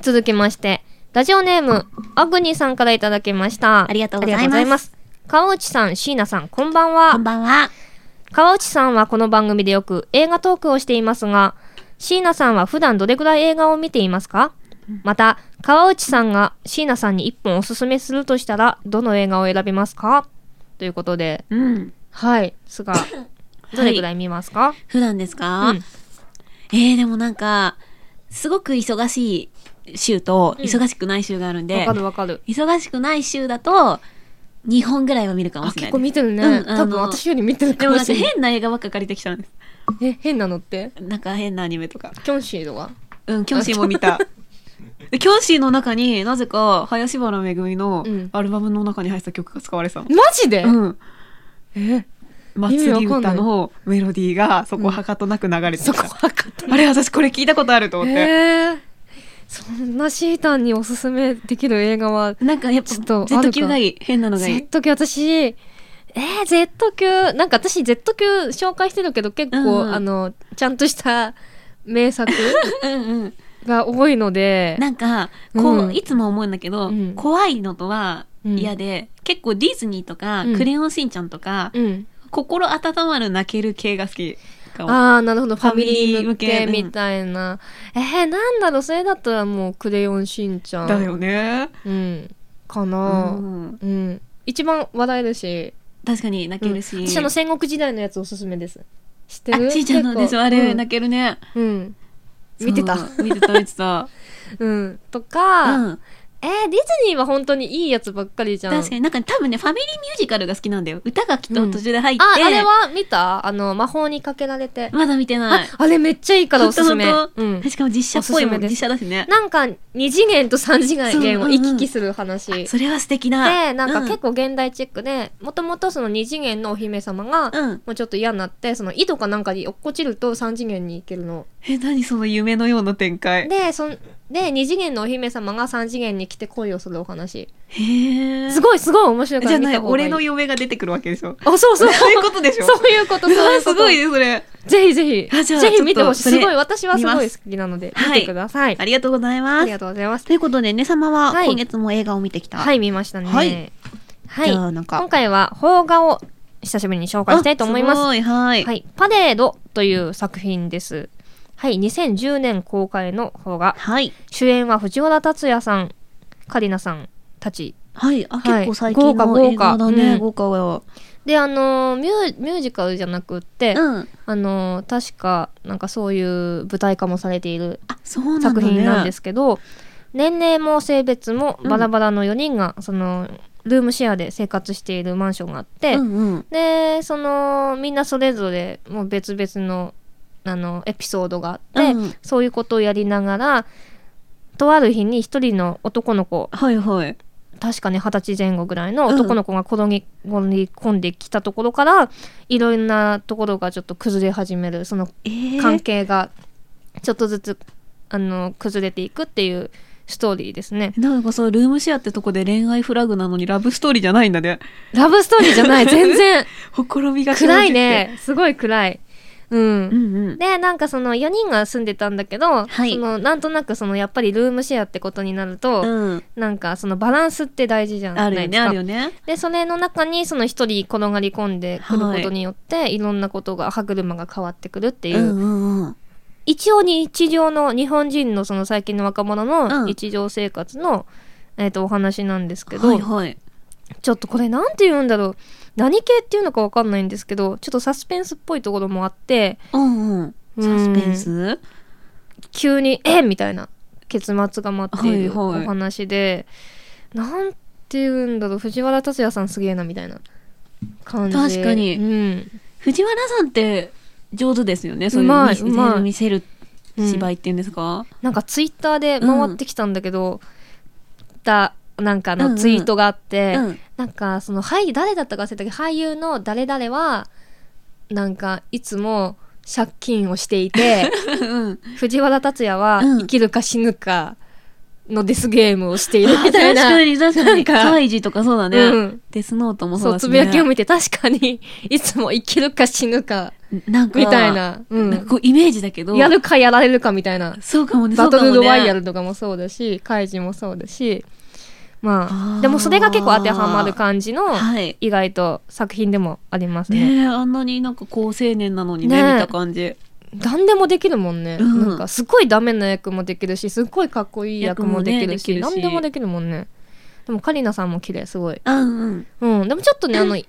B: 続きまして、ラジオネーム、アグニさんからいただきました。
C: ありがとうございます
B: ありす。川内さん、椎名さん、こんばんは。
C: こんばんは。
B: 川内さんはこの番組でよく映画トークをしていますが、椎名さんは普段どれくらい映画を見ていますかまた、川内さんが椎名さんに一本おすすめするとしたら、どの映画を選びますかということで、
C: うん。
B: はい、すが、どれくらい見ますか、
C: 普段ですか、
B: うん
C: えー、でもなんか、すごく忙しい週と、
B: うん
C: 忙しくない週があるん
B: わ
C: で
B: か、るわかる。
C: 忙しくない週だと、2本ぐらいは見るかも
B: あ、
C: しれな
B: 結
C: いで
B: 構
C: す。
B: 見てるね。
C: うんあの
B: 多分私より見てる
C: で
B: か
C: も
B: も
C: なん
B: し
C: か
B: れない。
C: 変な映画ばっか借りてきたんです。
B: え、変なのって
C: なんか変なアニメとか。
B: キョンシーとか
C: うん、キョンシーも見 た。でキョンシーの中になぜか林原めぐみの
B: うん
C: アルバムの中に入ってた曲が使われてたの。
B: マジで、
C: うん。
B: え、
C: 祭り
B: 意味わか
C: 歌
B: んない
C: のメロディーがそこはかとなく流れて
B: そ
C: た。
B: こはかった。
C: あれ私これ聞いたことあると思って。
B: えー、そんなシータンにおすすめできる映画は
C: なんかやっぱ
B: ちょっとあるか
C: Z 級がいい。変なのがいい。
B: Z 級私、えー、Z 級、なんか私 Z 級紹介してるけど結構、
C: うんうん
B: あの、ちゃんとした名 作
C: うんうん。
B: が多いので、
C: なんか、こう、
B: うん
C: いつも思うんだけど、
B: うん
C: 怖いのとは
B: うん
C: 嫌で、結構ディズニーとか、
B: うん
C: クレヨンしんちゃんとか、
B: うん。
C: 心温まる泣ける系が好きかも。
B: ああ、なるほど。ファミリー向
C: ファ
B: け
C: ミリー向け
B: みたいな。えー、なんだろう、それだったらもうクレヨンしんちゃん。
C: だよね。
B: うん。か
C: う
B: な、うん、
C: ん。
B: 一番笑えるし。
C: 確かに泣けるし。
B: うん私あの戦国時代のやつおすすめです。知ってる
C: あ、ちいちゃんのでしょ、あれ、泣けるね。
B: うん。うん見てた。
C: そう見てた、見て た。
B: うん。とか、
C: うん。
B: えー、ディズニーは本当にいいやつばっかりじゃん。
C: 確かになんか多分ね、ファミリーミュージカルが好きなんだよ。歌がきっと途中で入って。
B: あ、あれは見たあの、魔法にかけられて。
C: まだ見てない
B: あ。あれめっちゃいいからおすすめ。
C: ほんとほ
B: うんん
C: と。しかも実写っぽいも
B: おすすめ
C: ん、
B: です
C: 実写だしね。
B: なんか、二次元と三次元を行き来する話。
C: あそれは素敵だ。
B: で、なんか結構
C: 構、
B: 現代チックで、もともとその二次元のお姫様が、
C: うん。
B: もうちょっと嫌になって、その井戸かなんかに落っこちると三次元に行けるの。
C: え、何その夢のような展開。
B: で、そん、で、二次元のお姫様が三次元に来て恋をするお話。
C: へえ。
B: すごいすごい面白いか
C: じ
B: ら
C: ゃあ
B: 見
C: ない、
B: た方がいい。
C: 俺の嫁が出てくるわけでしょ。
B: あ、そう
C: そ
B: そうう。
C: いうことでしょ。
B: そういうこと、そう
C: うわ
B: いうこと。
C: すごいね、それ。
B: ぜひぜひ。
C: あじゃあ
B: ぜひ見てほしい。
C: ちょっ
B: す
C: と
B: ご
C: そ
B: い。
C: れ
B: 私はすご
C: 見
B: い
C: ま
B: 好きなので、
C: はい
B: 見てください。
C: ありがとうござい
B: あ
C: ま
B: り
C: す
B: が。とうございます。
C: ということで、ねさまは
B: はい
C: 今月も映画を見てきた。
B: はい、見ましたね。
C: はい。
B: はい。
C: じゃあなんか
B: 今回は、邦画を久しぶりに紹介したいと思います
C: あ
B: す。
C: ごい、はい。
B: はい。パレードという作品です。はい。2010年公開の邦画。
C: はい。
B: 主演は藤原竜也さん、カリナさんたち。
C: はい。あ、
B: はい
C: 結構最近の映画だね。
B: 豪
C: 豪華は。
B: で、あのーミュー、ミュージカルじゃなくって、
C: うん。
B: あのー確か、なんかそういう舞台化もされている
C: あ、そうなんだ
B: 作
C: ね。
B: 品なんですけど、年齢も性別もバラバラの4人が、そのルームシェアで生活しているマンションがあって、
C: うんうん。
B: でそのみんなそれぞれもう別々のあのエピソードがあって、
C: うん
B: そういうことをやりながらとある日に一人の男の子
C: はいはい。
B: 確かね二十歳前後ぐらいの男の子が転げ込んできたところから、いろんなところがちょっと崩れ始めるその
C: えー
B: 関係がちょっとずつあの崩れていくっていうストーリーですね。
C: なんかそう、ルームシェアってとこで恋愛フラグなのにラブストーリーじゃないんだね。
B: ラブストーリーじゃ ない、全然。
C: ほころびが生じて
B: 暗い。ね。すごい暗い。うん
C: う。んうん。
B: で、なんかその4人が住んでたんだけど、
C: はい
B: そのなんとなくそのやっぱりルームシェアってことになると、
C: うん。
B: なんかそのバランスって大事じゃな
C: あ
B: い
C: る
B: で
C: よ
B: す
C: ね、
B: か。
C: あるよね。
B: で、それの中にその一人転がり込んでくることによって、い、ろんなことが、歯車が変わってくるっていうう、
C: んうんうん。
B: 一応日常の日本人のその最近の若者
C: う
B: の
C: ん
B: 日常生活の、えっ、と、お話なんですけど、
C: はいはい。
B: ちょっとこれなんて言うんだろう。何系っていうのかわかんないんですけど、ちょっとサスペンスっぽいところもあって、
C: うんうん。
B: うん
C: サスペンス
B: 急に、えみたいな結末が待っている
C: はい
B: お
C: はい
B: 話で、なんて言うんだろう、藤原竜也さんすげえな、みたいな感じ。
C: 確かに
B: うん。
C: 藤原さんって上手ですよね。そういう
B: まい
C: 見せ
B: うまい
C: 見せる
B: うん
C: 芝居っていうんですか
B: なんかツイッターで回ってきたんだけど、だなんか
C: うんう
B: の
C: ん
B: ツイートがあって、
C: うん。
B: なんかその俳優誰だったか忘れたけど俳優の誰々はなんかいつも借金をしてい て
C: うん
B: 藤原竜也は
C: うん
B: 生きるか死ぬかのデスゲームをしているみ
C: 確
B: たいな、
C: かに確かに。
B: なんか
C: カイジとかそうだ
B: う
C: ね
B: ん。
C: デスノートもそ
B: そうう
C: だし
B: つ
C: ね。
B: ぶやきを見て確かにいつも生きるか死ぬか
C: なんか、
B: みたいな,、う
C: なん
B: ん
C: か、こうイメージだけど。
B: やるかやられるかみたいな
C: そうかもね、
B: バトルロワイヤ
C: ル。
B: ルとかもそうだし、カイジもそうだし、ま
C: あ
B: あ
C: ー、
B: でもそれが結構当てはまる感じの、
C: はい。
B: 意外と作品でもありますね。
C: ねえ、あんなになんか高青年なのにね、
B: ねえ
C: 見た感じ。
B: 何でもできるもんね。
C: うん
B: なんか、すごいダメな役もできるし、すっごいかっこいい役もできるし、
C: 役もねできるし
B: 何でもできるもんね。でも、カリナさんも綺麗、すごい。
C: うんうん。
B: うん、でもちょっとね、あの、い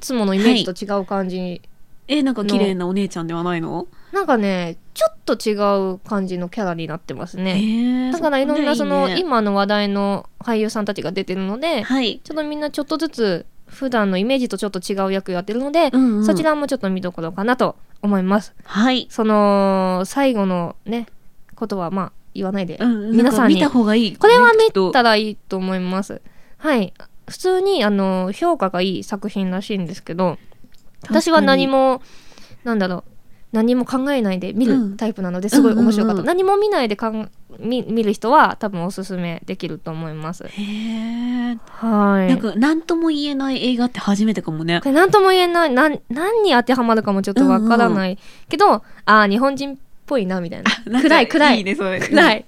B: つものイメージと違う感じに、
C: え、なんか綺麗なお姉ちゃんではないの
B: なんかね、ちょっと違う感じのキャラになってますね。
C: ええ
B: だからいろんなその、
C: ねいいね
B: 今の話題の俳優さんたちが出てるので、
C: はい。
B: ちょっとみんなちょっとずつ普段のイメージとちょっと違う役やってるので、
C: うんうん
B: そちらもちょっと見どころかなと思います。
C: はい。
B: その最後のねことはまあ言わないで、
C: うん、
B: 皆さん
C: な
B: に
C: か見た方がいい、
B: これは
C: ねきっ
B: 見
C: と
B: たらいいと思います。はい。普通にあの評価がいい作品らしいんですけど、私は何もなんだろう。何も考えないで見
C: うん
B: るタイプなのですごい面白かった、
C: うんうんうん
B: 何も見ないでかん見見る人は多分おすすめできると思います
C: へえ、
B: はい
C: なんか何とも言えない映画って初めてかもね
B: こ。れ何とも言えないなん何に当てはまるかもちょっとわからない、けどああ日本人っぽいなみたいな
C: なんか
B: 暗い暗い
C: いね、それ。
B: 暗
C: い。
B: い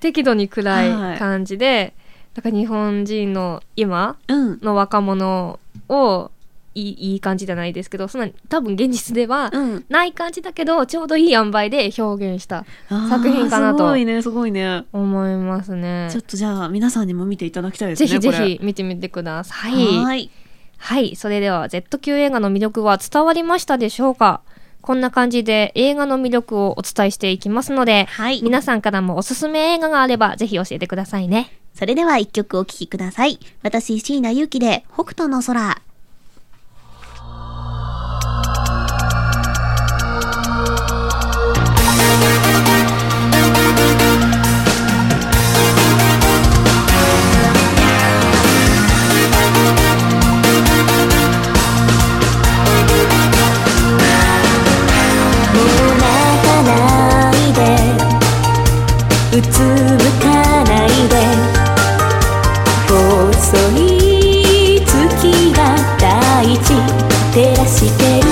B: 適度に
C: は
B: 暗
C: い
B: い感じで、だから日本人の今
C: うん。
B: の若者をいいいい感じじゃないですけどそんな多分現実では
C: うん、
B: ない感じだけどちょうどいい塩梅で表現した作品かなと
C: あーすごいね、すごいね。
B: 思いますね
C: ちょっとじゃあ、皆さんにも見ていただきたいです
B: ぜ
C: ね。
B: ひぜ
C: これ
B: ひ見てみてください
C: はーい。
B: はい。それでは Z 級映画の魅力は伝わりましたでしょうかこんな感じで映画の魅力をお伝えしていきますので、
A: はい
B: 皆さんからもおすすめ映画があればぜひ教えてくださいね。
A: それでは一曲お聴きください。私、椎名ゆうきで、北斗の空。
D: もう泣かないでうつむかないで細い月が大地照らしてる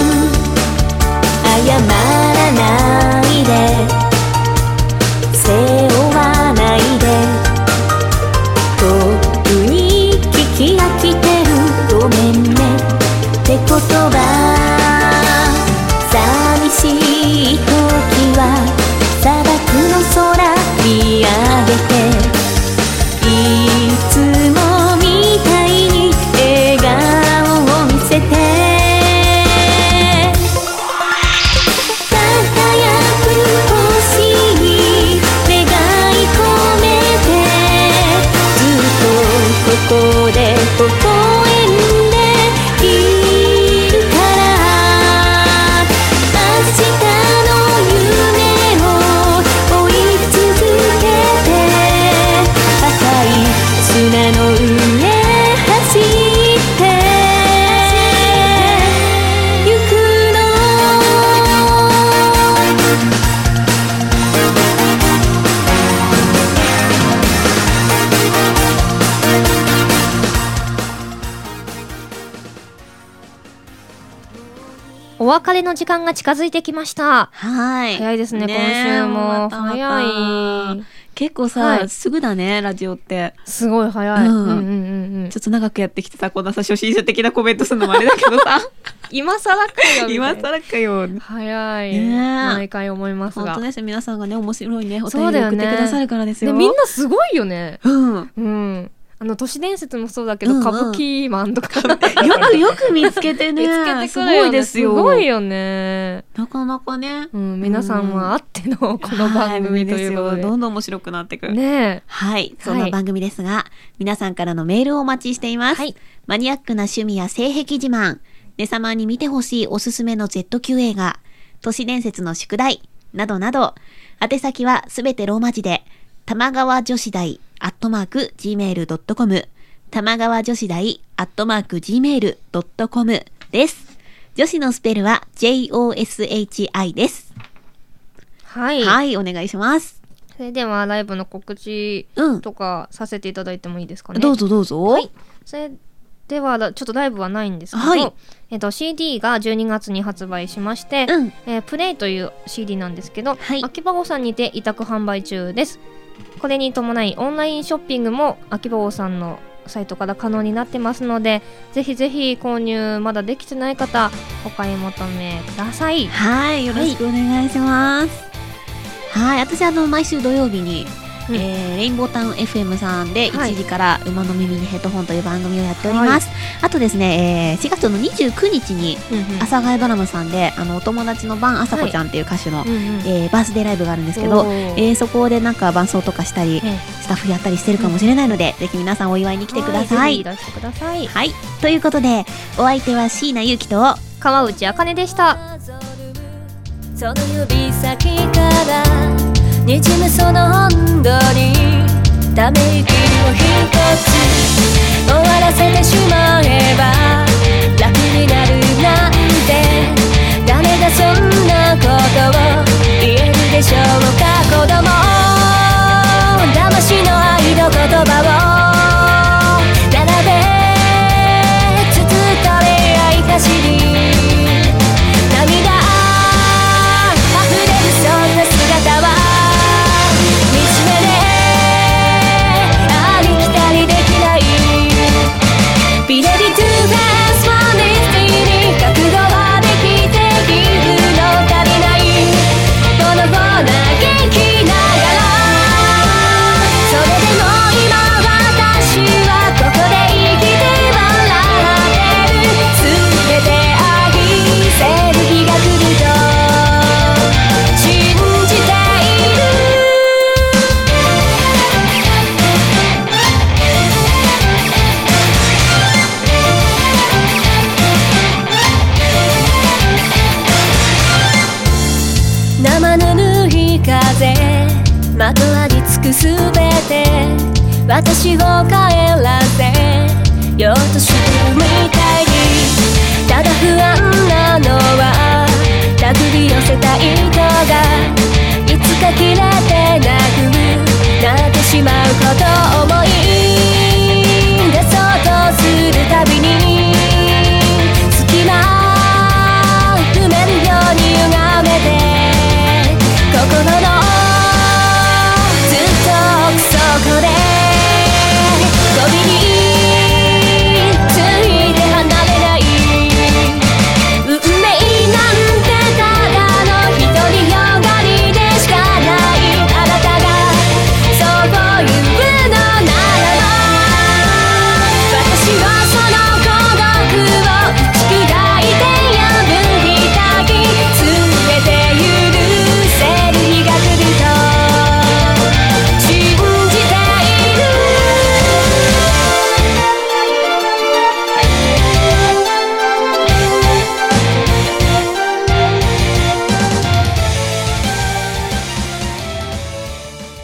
D: 謝らないで背負わないで遠くに聞き飽きてるごめんねって言葉寂しい時は砂漠の空見上げていつもみたいに笑顔を見せて輝く星
B: 別れの時間が近づいてきました。
A: はい。
B: 早いですね今週も
A: またまた
B: 早い
A: 結構さ、
B: はい
A: すぐだね、ラジオって。
B: すごい早い。
A: う
B: うんんうんうんうん
A: ちょ。っと長くやってきてさ、こんなさ、初心者的なコメントするのもあれだけど さ、
B: 今更かよ。みたい
A: 今
B: な
A: 更かよ。
B: 早い。
A: ねえ
B: 毎回思います
A: 本
B: が
A: 当。です。皆さんがね、面白いね、お
B: そ
A: 便
B: う
A: り
B: だ
A: 送
B: よ
A: って
B: ね
A: くださるからです
B: で、
A: よ。
B: みんなすごいよね。
A: うん。
B: うん。あの、都市伝説もそうだけど、
A: うんうん
B: 歌舞伎マンとか。よ
A: よくよく見つけて
B: 見
A: ね。
B: つけてく
A: す
B: る
A: ご
B: よ
A: い
B: ね。
A: ですすよ。
B: ごいよね。
A: なかなかね。
B: うん、皆さんはあってのこの番組というこ
A: は
B: と
A: です
B: で。
A: よどんどん面白くなってくる。
B: ね
A: はい。そんな番組ですが、皆さんからのメールをお待ちしています。
B: はい
A: マニアックな趣味や性癖自慢、ねさまに見てほしいおすすめの Z 級映画、都市伝説の宿題、などなど、宛先はすべてローマ字で、玉川女子大、アットマーク、gmail.com、玉川女子大、アットマーク、gmail.com です。女子のスペルは JOSHI です。
B: はい。
A: はい、お願いします。
B: それでは、ライブの告知
A: うん。
B: とかさせていただいてもいいですかね。
A: どうぞどうぞ。
B: はい。それでは、らちょっとライブはないんですけど、
A: はい
B: えっと、CD が12月に発売しまして、
A: うん。
B: えープレイという CD なんですけど、
A: はい
B: 秋葉原さんにて委託販売中です。これに伴いオンラインショッピングも秋葉原さんのサイトから可能になってますので、ぜひぜひ購入まだできてない方、お買い求めください。
A: はい、よろしくお願いします。はい、私あの毎週土曜日に、
B: うん
A: えーレインボータウン FM さんで
B: はい
A: 1時から馬の耳にヘッドホンという番組をやっております。あとですね、えー4月の29日に
B: うんうん
A: 阿佐ヶ谷ドラムさんであのお友達のバンあさこちゃんっていう歌手の、
B: うんうん
A: えーバースデーライブがあるんですけ
B: お
A: ど、
B: ー
A: えーそこでなんか伴奏とかしたり、
B: ええ
A: スタッフやったりしてるかもしれないので、ぜひ皆さんお祝いに来てくださ。
B: はいぜひいらしてください。
A: はい、ということでお相手は椎名ゆきと
B: 川内あかねでした。
D: その指先からにじむその温度にため息を一つ終わらせてしまえば楽になるなんて誰がそんなことを言えるでしょうか子供魂の愛の言葉を並べつつと恋愛歌詞に涙あふれるそんな姿は惨めでありきたりできないビレディトゥフェスファミリーに覚悟はできているの足りないボロボロ嘆きながらそれでも今私はここで生きて笑ってる全て愛せる日が来ると信じている生ぬるい風まとわりつくすべて私を帰らせようとしてるみたいにただ不安なのは手繰り寄せた糸がいつか切れてなくなってしまうことを思い出そうとするたびに隙間埋めるように歪めて心のずっと奥底でゴミについて離れない運命なんてただの独りよがりでしかないあなたがそういうのならば私はその孤独を打ち砕いて破りたき全て許せる日が来ると信じている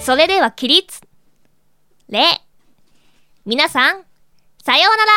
B: それでは起立。礼。皆さん、さようなら